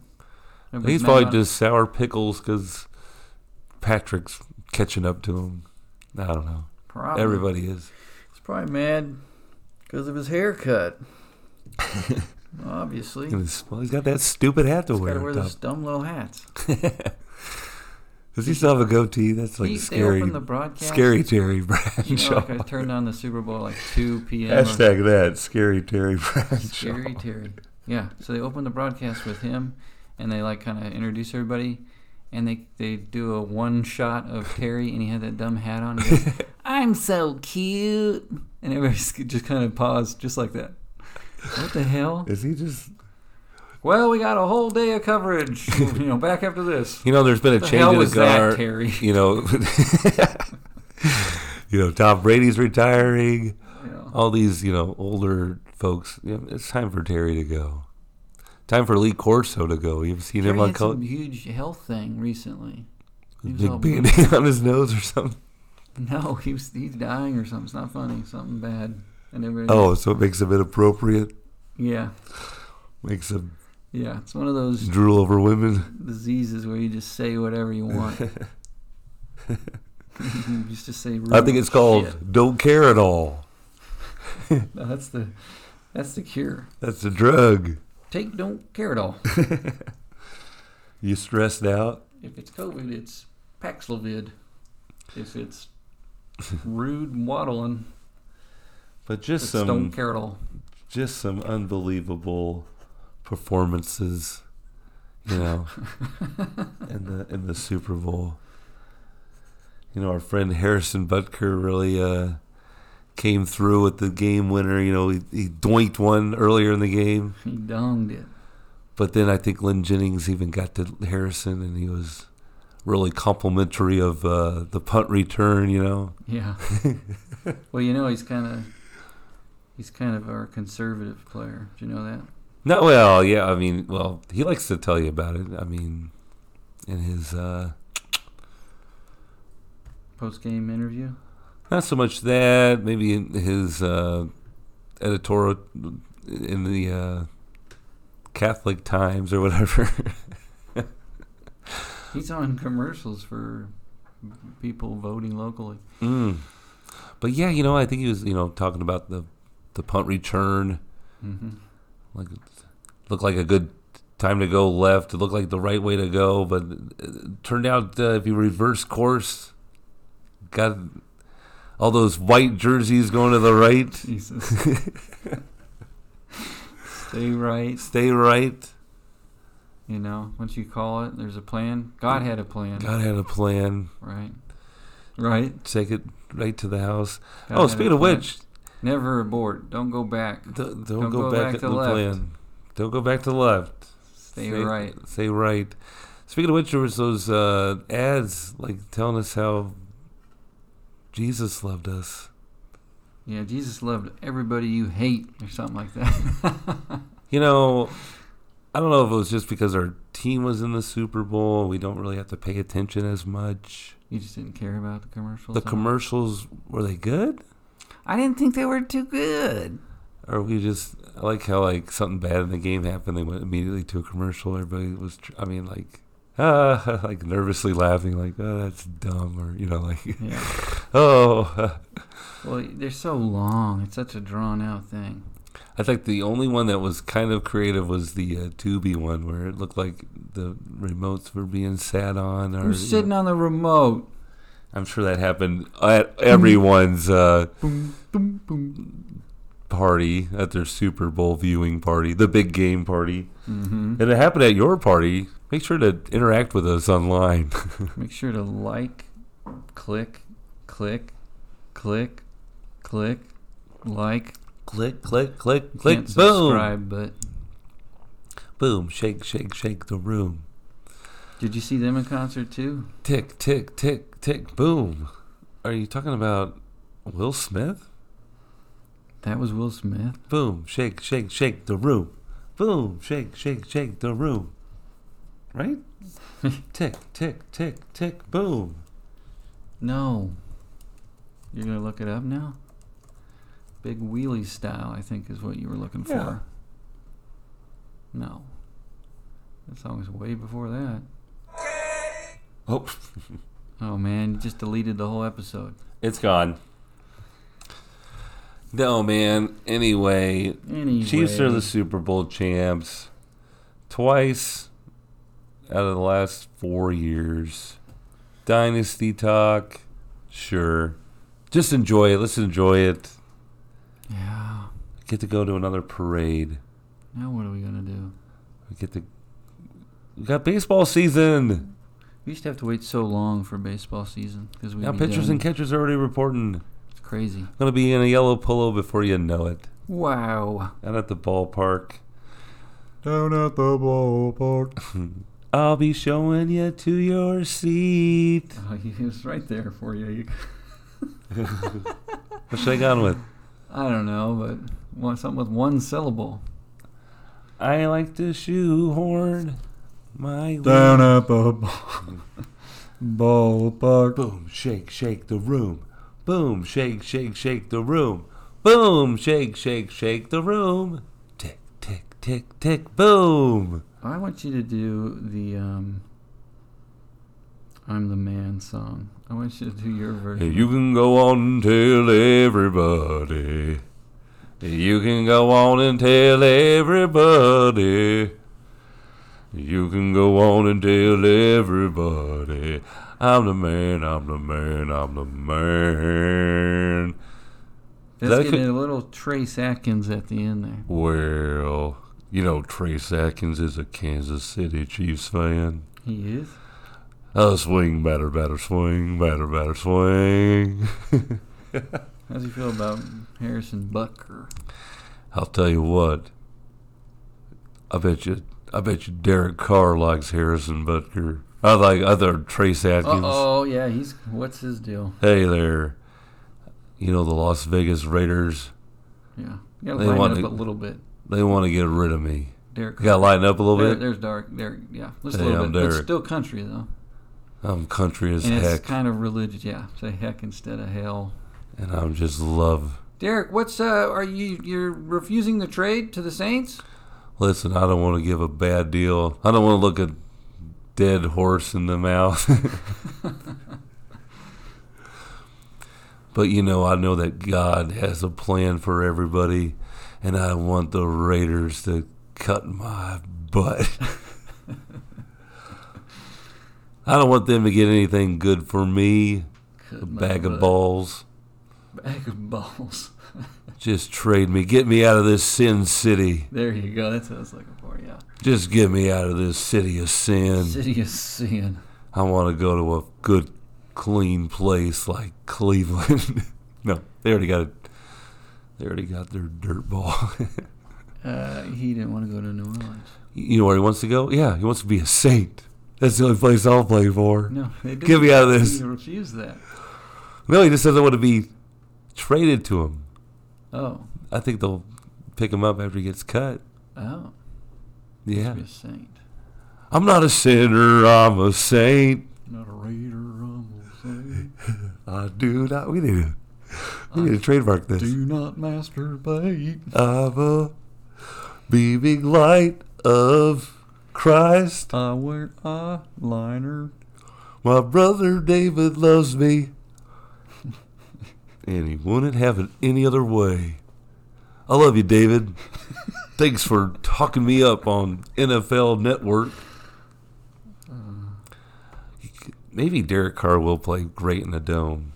He's mad probably about it. just sour pickles because Patrick's catching up to him. I don't know. Probably. Everybody is. He's probably mad because of his haircut. Obviously. And it's- well, he's got that stupid hat to He's got wear. to wear up those dumb little hats. top. Does he still have a goatee? That's like He- They scary. opened the broadcast. Scary Terry You know, Bradshaw. like I turned on the Super Bowl at like 2 p.m. or Hashtag that. Scary Terry Bradshaw. Scary Terry. Yeah. So they open the broadcast with him, and they like kind of introduce everybody, and they they do a one shot of Terry, and he had that dumb hat on. He goes, I'm so cute, and everybody just kind of paused, just like that. What the hell? Is he just? Well, we got a whole day of coverage. you know, back after this. You know, there's been a The change hell in the was that, guard. Terry? You know, you know, Tom Brady's retiring. You know. All these, Oh, you know, older folks. You know, it's time for Terry to go. Time for Lee Corso to go. You've seen Terry him on had co- some huge health thing recently. he was all big band on his nose or something. No, he was, he's dying or something. It's not funny. Something bad. And everybody. Oh, so it makes him inappropriate. Yeah, Makes him yeah. It's one of those drool over women. diseases where you just say whatever you want. you used to say. I rude think it's called shit. "Don't Care at All." No, that's the. That's the cure. That's a drug. Take don't care at all. You stressed out. If it's COVID, it's Paxlovid. If it's rude waddling, But just it's some don't care at all. just some unbelievable performances, you know, in the in the Super Bowl. You know, our friend Harrison Butker really uh, came through with the game winner. You know, he, he doinked one earlier in the game, He donged it. but then I think Lynn Jennings even got to Harrison, and he was really complimentary of uh, the punt return. You know, Yeah. well, you know he's kind of he's kind of our conservative player. Do you know that? not well. Yeah, I mean, well, he likes to tell you about it. I mean, in his. Uh, Post game interview. Not so much that. Maybe in his uh, editorial in the uh, Catholic Times or whatever. He's on commercials for people voting locally. mm. But yeah, you know, I think he was, you know, talking about the the punt return. Mm-hmm. Like, looked like a good time to go left. It looked like the right way to go, but it turned out uh, if you reverse course, got all those white jerseys going to the right. Jesus. Stay right. Stay right. You know, once you call it, there's a plan. God had a plan, God had a plan. right? Right. take it right to the house. God oh, had a speaking of plan. which, never abort. Don't go back. d- don't, go, back, at to the left. plan. Don't go back to the left. Stay Say- right. Say right. Speaking of which, there was those uh, ads like telling us how Jesus loved us. Yeah, Jesus loved everybody you hate, or something like that. You know, I don't know if it was just because our team was in the Super Bowl. We don't really have to pay attention as much. you just didn't care about the commercials. The huh? commercials were they good? I didn't think they were too good. Or we just I like how like something bad in the game happened. They went immediately to a commercial. Everybody was, tr- I mean, like, ah, like nervously laughing, like, oh, that's dumb, or you know, like, Yeah. oh. Well, they're so long. It's such a drawn out thing. I think the only one that was kind of creative was the uh, Tubi one, where it looked like the remotes were being sat on. Or Who's sitting on the remote? I'm sure that happened at everyone's uh, Boom, boom, boom. party at their Super Bowl viewing party, the big game party, hmm and it happened at your party. Make sure to interact with us online. Make sure to like, click, click, click, click, like. Click, click, click, You click, can't boom. subscribe, but Boom, shake, shake, shake the room. did you see them in concert too? Tick, tick, tick, tick, boom. Are you talking about Will Smith? That was Will Smith. Boom, shake, shake, shake the room. Boom, shake, shake, shake the room. Right? tick, tick, tick, tick, boom. No. You're gonna look it up now. Big wheelie style, I think, is what you were looking Yeah. for. No. That song was way before that. Oh, Oh man, you just deleted the whole episode. it's gone. No, man. Anyway, Anyway, Chiefs are the Super Bowl champs twice out of the last four years. Dynasty talk, sure. Just enjoy it. Let's enjoy it. Yeah. Get to go to another parade. Now what are we gonna do? We get to. We got baseball season. We used to have to wait so long for baseball season because we Now pitchers and catchers are already reporting. it's crazy. Gonna be in a yellow polo before you know it. Wow. Down at the ballpark. Down at the ballpark. I'll be showing you to your seat. Oh, he was right there for you. You- What should I go on with? I don't know, but one, something with one syllable. I like to shoehorn my Down way. at the ball- ballpark. Boom, shake, shake the room. Boom, shake, shake, shake the room. Boom, shake, shake, shake the room. Tick, tick, tick, tick, boom. I want you to do the um, "I'm the Man" song. I want you to do your version. You can go on and tell everybody. You can go on and tell everybody. You can go on and tell everybody. I'm the man, I'm the man, I'm the man. That's that getting could- a little Trace Atkins at the end there. Well, you know, Trace Atkins is a Kansas City Chiefs fan. Uh, He is. Oh, swing, batter, batter, swing, batter, batter, swing. How's he feel about Harrison Butker? I'll tell you what. I bet you. I bet you Derek Carr likes Harrison Butker. I like other Trace Atkins. Oh yeah, he's what's his deal? Hey there. You know the Las Vegas Raiders. Yeah, you gotta They line want it up to- a little bit. They want to get rid of me. Derek, I got to lighten up a little there, bit. there's dark. There, yeah, just a Hey, little I'm bit. It's Derek. still country though, I'm country as and heck, it's kind of religious. Yeah, say heck instead of hell. and I'm just love. Derek, what's uh? Are you you're refusing the trade to the Saints? Listen, I don't want to give a bad deal. I don't want to look a dead horse in the mouth. but you know, I know that God has a plan for everybody, and I want the Raiders to cut my butt. I don't want them to get anything good for me. Good A mother bag of butt. balls. Bag of balls. Just trade me. Get me out of this sin city. There you go. That's what I was looking for. Yeah. Just get me out of this city of sin. City of sin. I want to go to a good, clean place like Cleveland. no, they already got it. They already got their dirt ball. Uh, he didn't want to go to New Orleans. you know where he wants to go? Yeah, he wants to be a saint. That's the only place I'll play for. No, they didn't. Get me out of this. He refused that. No, he just doesn't want to be traded to him. Oh, I think they'll pick him up after he gets cut. oh. Yeah, Be a saint. I'm not a sinner. I'm a saint. Not a raider. I'm a saint. I do not. We need to. We need to trademark this. Do not masturbate. I'm a beaming light of Christ. I wear eyeliner. My brother David loves me. and he wouldn't have it any other way. I love you, David. Thanks for talking me up on NFL Network. Maybe Derek Carr will play great in a dome.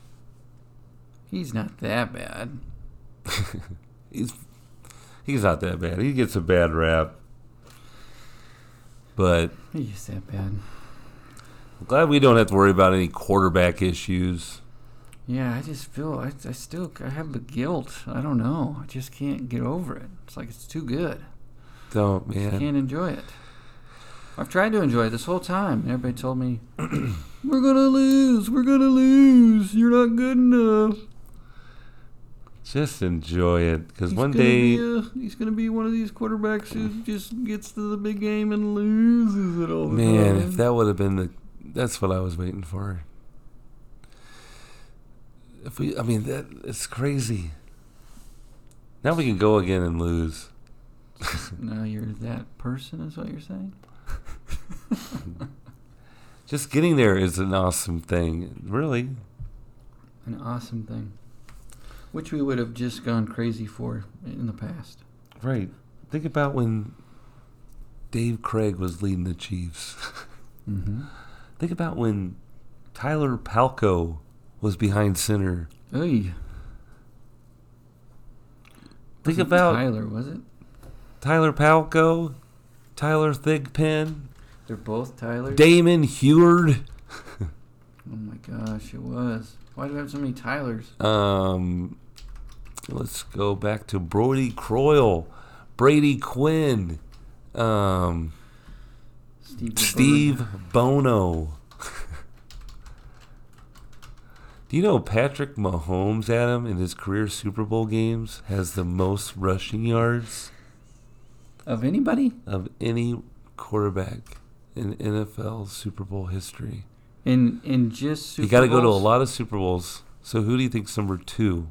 He's not that bad. He's he's not that bad. He gets a bad rap. But He's that bad. Glad we don't have to worry about any quarterback issues. Yeah, I just feel I, I still I have the guilt. I don't know. I just can't get over it. It's like it's too good. Don't I man. can't enjoy it. I've tried to enjoy it this whole time. and Everybody told me, "We're gonna lose. We're gonna lose. You're not good enough." Just enjoy it, because He's one gonna day, be a- he's gonna be one of these quarterbacks who just gets to the big game and loses it all the man, time. if that would have been the, that's what I was waiting for. If we, I mean, that it's crazy. Now we can go again and lose. now you're that person, is what you're saying? Just getting there is an awesome thing, really. An awesome thing, which we would have just gone crazy for in the past. Right. Think about when Dave Craig was leading the Chiefs. Mm-hmm. Think about when Tyler Palco was behind center. Hey, Think about Tyler, was it? Tyler Palco, Tyler Thigpen, They're both Tyler. Damon Heward. oh my gosh, it was. Why do we have so many Tylers? Um, let's go back to Brody Croyle, Brady Quinn, um, Steve. the Bird. Steve Bono. Do you know Patrick Mahomes, Adam, in his career Super Bowl games, has the most rushing yards? Of anybody of any quarterback in NFL Super Bowl history. in in just Super you got to go to a Bowls? lot of Super Bowls. So who do you think's number two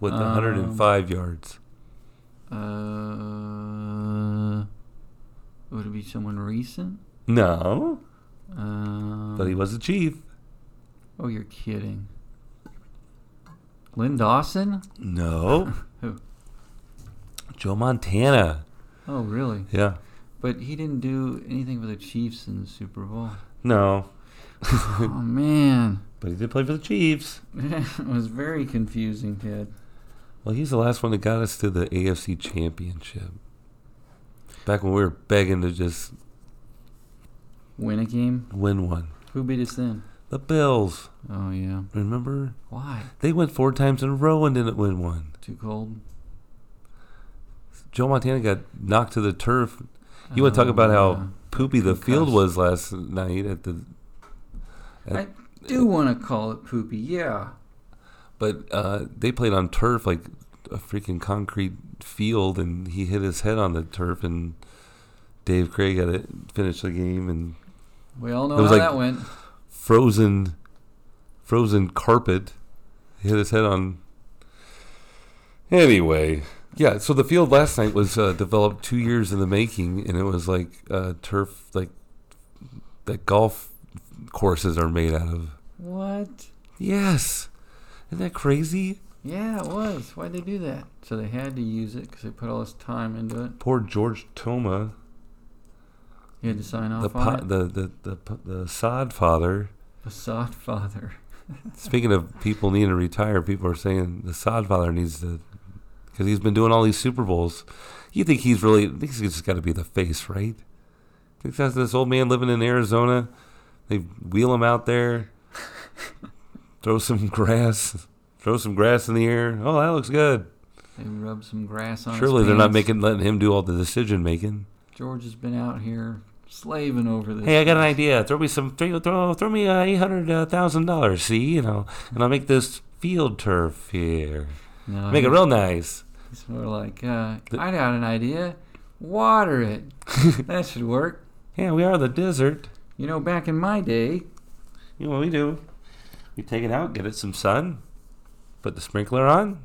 with the Um, 105 yards? Uh, would it be someone recent? No, Um, but he was a chief. Oh, you're kidding. Lynn Dawson? No. Who? Joe Montana. Oh, really? Yeah. But he didn't do anything for the Chiefs in the Super Bowl. No, oh man, but he did play for the Chiefs. it was very confusing, Ted. Well, he's the last one that got us to the AFC Championship. Back when we were begging to just Win a game? win one. Who beat us then? The Bills. Oh yeah. Remember? Why? They went four times in a row and didn't win one. Too cold. Joe Montana got knocked to the turf. You wanna talk Oh, about how yeah. Poopy the field Concussed. was last night at the. at- I do want to call it poopy. Yeah. But uh, they played on turf, like a freaking concrete field, and he hit his head on the turf, and Dave Craig had to finish the game, and We all know It how was like- that went. frozen, frozen carpet hit his head on. Anyway, yeah. So the field last night was uh, developed two years in the making, and it was like uh, turf, like that golf courses are made out of. What? Yes, isn't that crazy? Yeah, it was. Why'd they do that? So they had to use it because they put all this time into it. Poor George Toma. He had to sign off the, on po- it. the the the p- the sod father. The sod father. Speaking of people needing to retire, people are saying the sod father needs to because he's been doing all these Super Bowls. You think he's really? I think he's just got to be the face, right? Think that's this old man living in Arizona. They wheel him out there, throw some grass, throw some grass in the air. Oh, that looks good. They rubbed some grass on. his Surely they're not pants. making letting him do all the decision making. George has been out here slaving over this. Hey, I got an idea. Throw me some, throw, throw, throw me uh, eight hundred thousand dollars. See, you know, and I'll make this field turf here. No, Make it real nice. It's more like, uh, The- I got an idea. Water it. that should work. Yeah, we are the desert. You know, back in my day, You know what we do? We take it out, get it some sun, put the sprinkler on,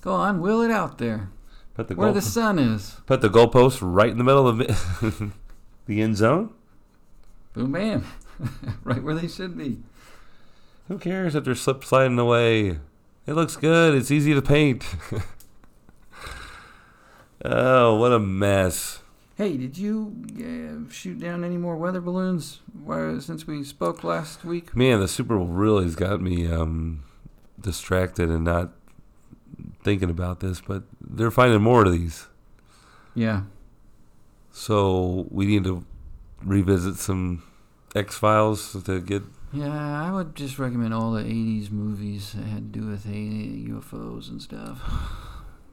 go on, wheel it out there put the where goal, the sun is. put the goalpost right in the middle of it- the end zone. Boom, bam. right where they should be. Who cares if they're slip sliding away? It looks good. It's easy to paint. oh, what a mess. Hey, did you uh, shoot down any more weather balloons where, since we spoke last week? Man, the Super Bowl really has got me um, distracted and not thinking about this, but they're finding more of these. Yeah. So we need to revisit some X Files to get. Yeah, I would just recommend all the 80s movies that had to do with uh, UFOs and stuff.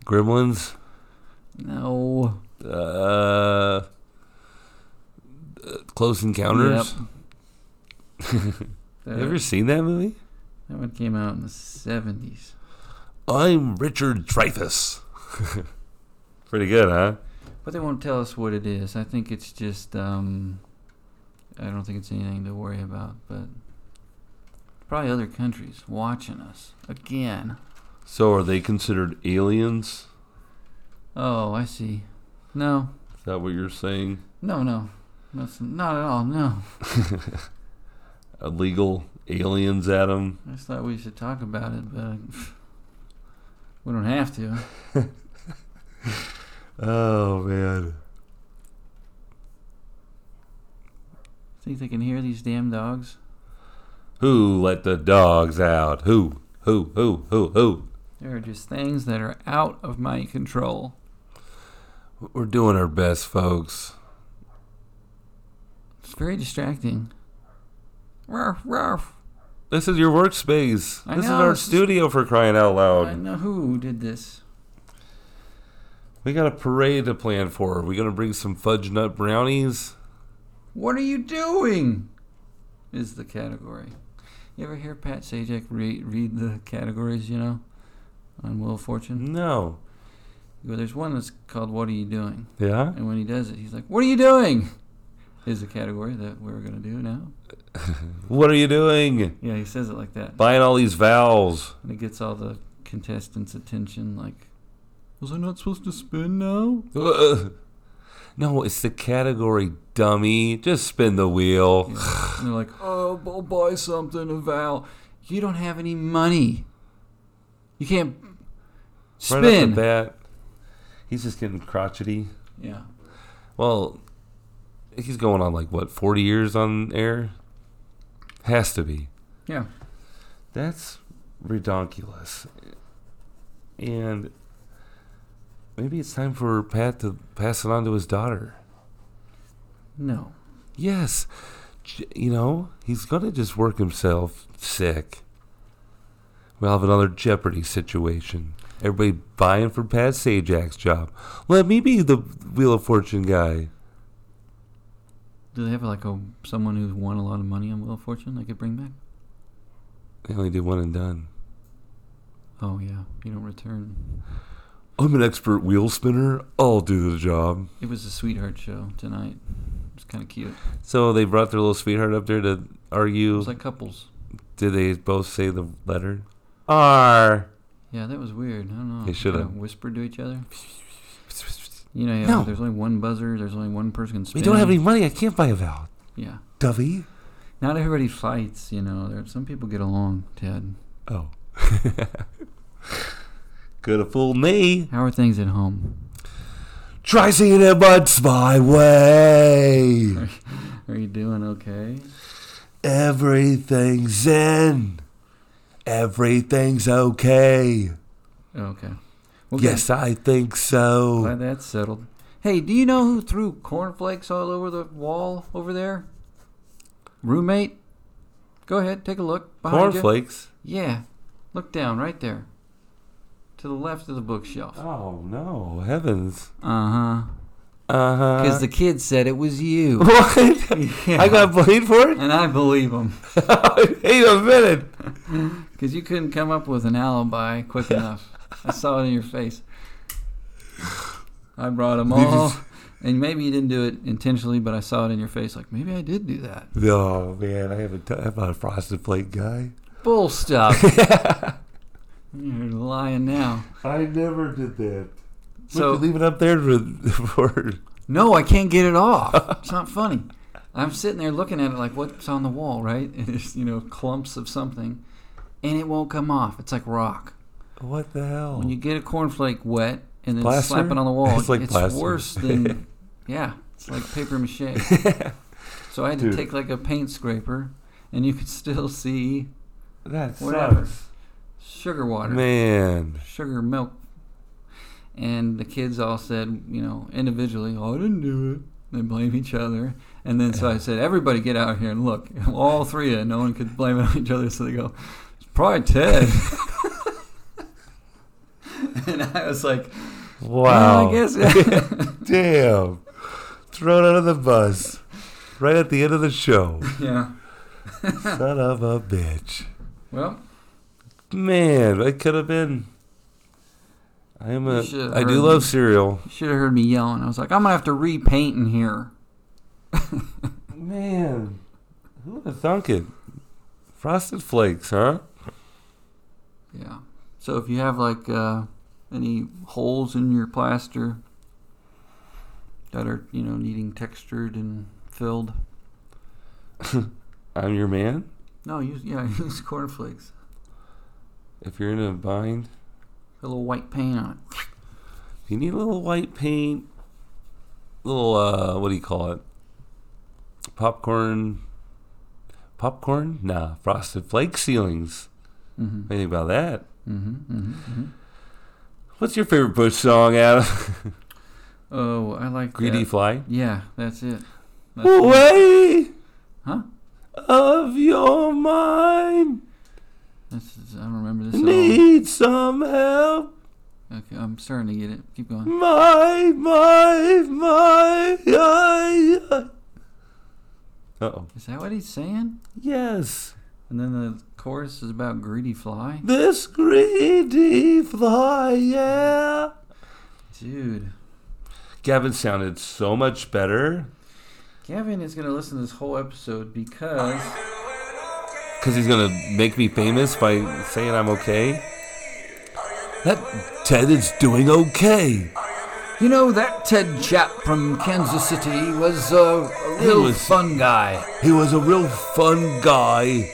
Gremlins. No. Uh, uh, Close Encounters. That, Have you ever seen that movie? that one came out in the 70s. I'm Richard Dreyfuss. Pretty good, huh? But they won't tell us what it is. I think it's just um I don't think it's anything to worry about, but probably other countries watching us again. So are they considered aliens? Oh, I see. No. Is that what you're saying? No, no. That's not at all. No. Illegal aliens, Adam? I just thought we should talk about it, but we don't have to. Oh, man. Think they can hear these damn dogs? Who let the dogs out? Who? Who? Who? Who? Who? There are just things that are out of my control. We're doing our best, folks. It's very distracting. Ruff, ruff. This is your workspace. I this is know, our this is- studio for crying out I loud. know who did this. We got a parade to plan for. we gonna bring some fudge nut brownies. What are you doing? Is the category. You ever hear Pat Sajak re- read the categories, you know, on Wheel of Mm-hmm. Fortune? No. Well, there's one that's called What Are You Doing? Yeah. And when he does it, he's like, What are you doing? Is the category that we're going to do now. What are you doing? Yeah, he says it like that. Buying all these vowels. And it gets all the contestants' attention, like, Was I not supposed to spin now? Ugh. No, it's the category, dummy. Just spin the wheel. Yeah. and they're like, Oh, I'll buy something, a Val. You don't have any money. You can't spin. Right off the bat, he's just getting crotchety. Yeah. Well, he's going on like what forty years on air. Has to be. Yeah. That's redonkulous. And maybe it's time for Pat to pass it on to his daughter. No. Yes. j- you know, he's gonna just work himself sick. We'll have another Jeopardy situation. Everybody buying for Pat Sajak's job. Let me be the Wheel of Fortune guy. Do they have like a someone who's won a lot of money on Wheel of Fortune they could bring back? They only did one and done. Oh yeah, you don't return. I'm an expert wheel spinner. I'll do the job. It was a sweetheart show tonight. It was kind of cute. So they brought their little sweetheart up there to It argue. was like couples. Did they both say the letter? R. Yeah, that was weird. I don't know. They shoulda. Kinda Whispered to each other. You know, yeah, No. there's only one buzzer. There's only one person can We spin. don't have any money. I can't buy a vowel. Yeah, Dovey. not everybody fights. You know, there some people get along. Ted, Oh. Could have fooled me. how are things at home? Try singing it, but it's my way. Are you doing okay? Everything's in. Everything's okay. Okay. Well, good. Yes, I think so. Glad that's settled. Hey, do you know who threw cornflakes all over the wall over there? Roommate? Go ahead, take a look. Behind you. Cornflakes. Yeah. Look down right there. To the left of the bookshelf. Oh no, heavens. Uh huh. Uh huh. Because the kid said it was you. what? Yeah. I got blamed for it. And I believe him. Wait a minute. Because you couldn't come up with an alibi quick enough. I saw it in your face. I brought them Did you all. s- And maybe you didn't do it intentionally, but I saw it in your face like, maybe I did do that. No man, I haven't. T- I'm not a frosted flake guy. Bull stop. You're lying now. I never did that. So So leave it up there for. for no, I can't get it off. It's not funny. I'm sitting there looking at it like, what's on the wall, right? And there's you know clumps of something, and it won't come off. It's like rock. what the hell? When you get a cornflake wet and then Oh. Plaster? slap it on the wall, It's like plaster. worse than yeah. It's like paper mache. so I had to Dude. take like a paint scraper, and you could still see that whatever. sucks. sugar water. Man, sugar milk. And the kids all said, you know, individually, oh, I didn't do it. They blame each other. And then so I said, everybody get out here and look. All three of you, no one could blame it on each other. So they go, it's probably Ted. and I was like, wow. "Well, I guess. Damn. Thrown under the bus. Right at the end of the show. yeah. Son of a bitch. Well, Man, I could have been. I am a. You should've I do heard love me. cereal. you should have heard me yelling. I was like, I'm going to have to repaint in here. Man, who would have thunk it? Frosted Flakes, huh? Yeah. So if you have like uh, any holes in your plaster that are you know needing textured and filled, I'm your man. no, use yeah use cornflakes. If you're in a bind, Put a little white paint on it. if you need a little white paint, little uh, what do you call it? Popcorn. Popcorn? Nah, Frosted Flake ceilings. Mm-hmm. What do you think about that? Mm-hmm. Mm-hmm. mm-hmm. What's your favorite Bush song, Adam? Oh, I like Greedy That. Fly. Yeah, that's it. That's it. Way Huh? of your mind This is, I don't remember this at need some help. all. Okay, I'm starting to get it. Keep going. My, my, my, I, I. Uh-oh. Is that what he's saying? Yes. And then the chorus is about greedy fly. This greedy fly, yeah. Dude, Gavin sounded so much better Gavin is gonna listen to this whole episode because. because he's going to make me famous by saying I'm okay. That Ted is doing okay. You know, that Ted chap from Kansas City was a, a He real was- fun guy. He was a real fun guy.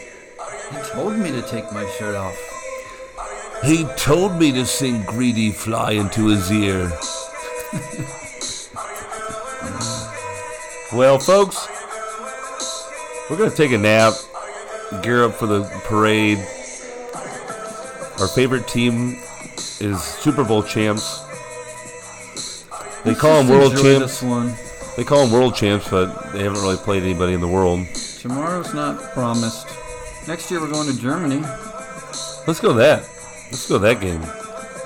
He told me to take my shirt off. He told me to sing Greedy Fly into his ear. well, folks, we're going to take a nap, gear up for the parade. Our favorite team is Super Bowl champs. They call them world Enjoy champs. This one. They call them world champs, but they haven't really played anybody in the world. Tomorrow's not promised. Next year we're going to Germany. Let's go that. Let's go that game.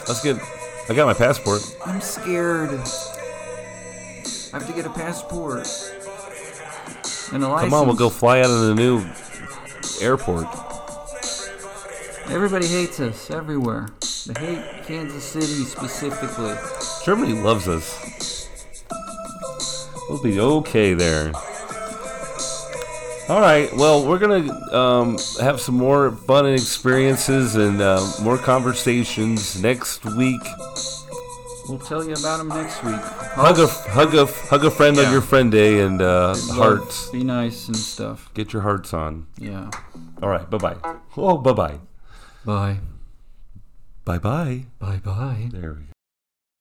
Let's get. I got my passport. I'm scared. I have to get a passport. And a license. Come on, we'll go fly out of the new airport. Everybody hates us everywhere. They hate Kansas City specifically. Germany loves us. We'll be okay there. All right. Well, we're gonna um, have some more fun and experiences and uh, more conversations next week. We'll tell you about them next week. Hug a hug a hug a friend Yeah. on your friend day and uh, Love, hearts. Be nice and stuff. Get your hearts on. Yeah. All right. Bye bye. Oh, bye bye. Bye. Bye bye. Bye bye. There we go.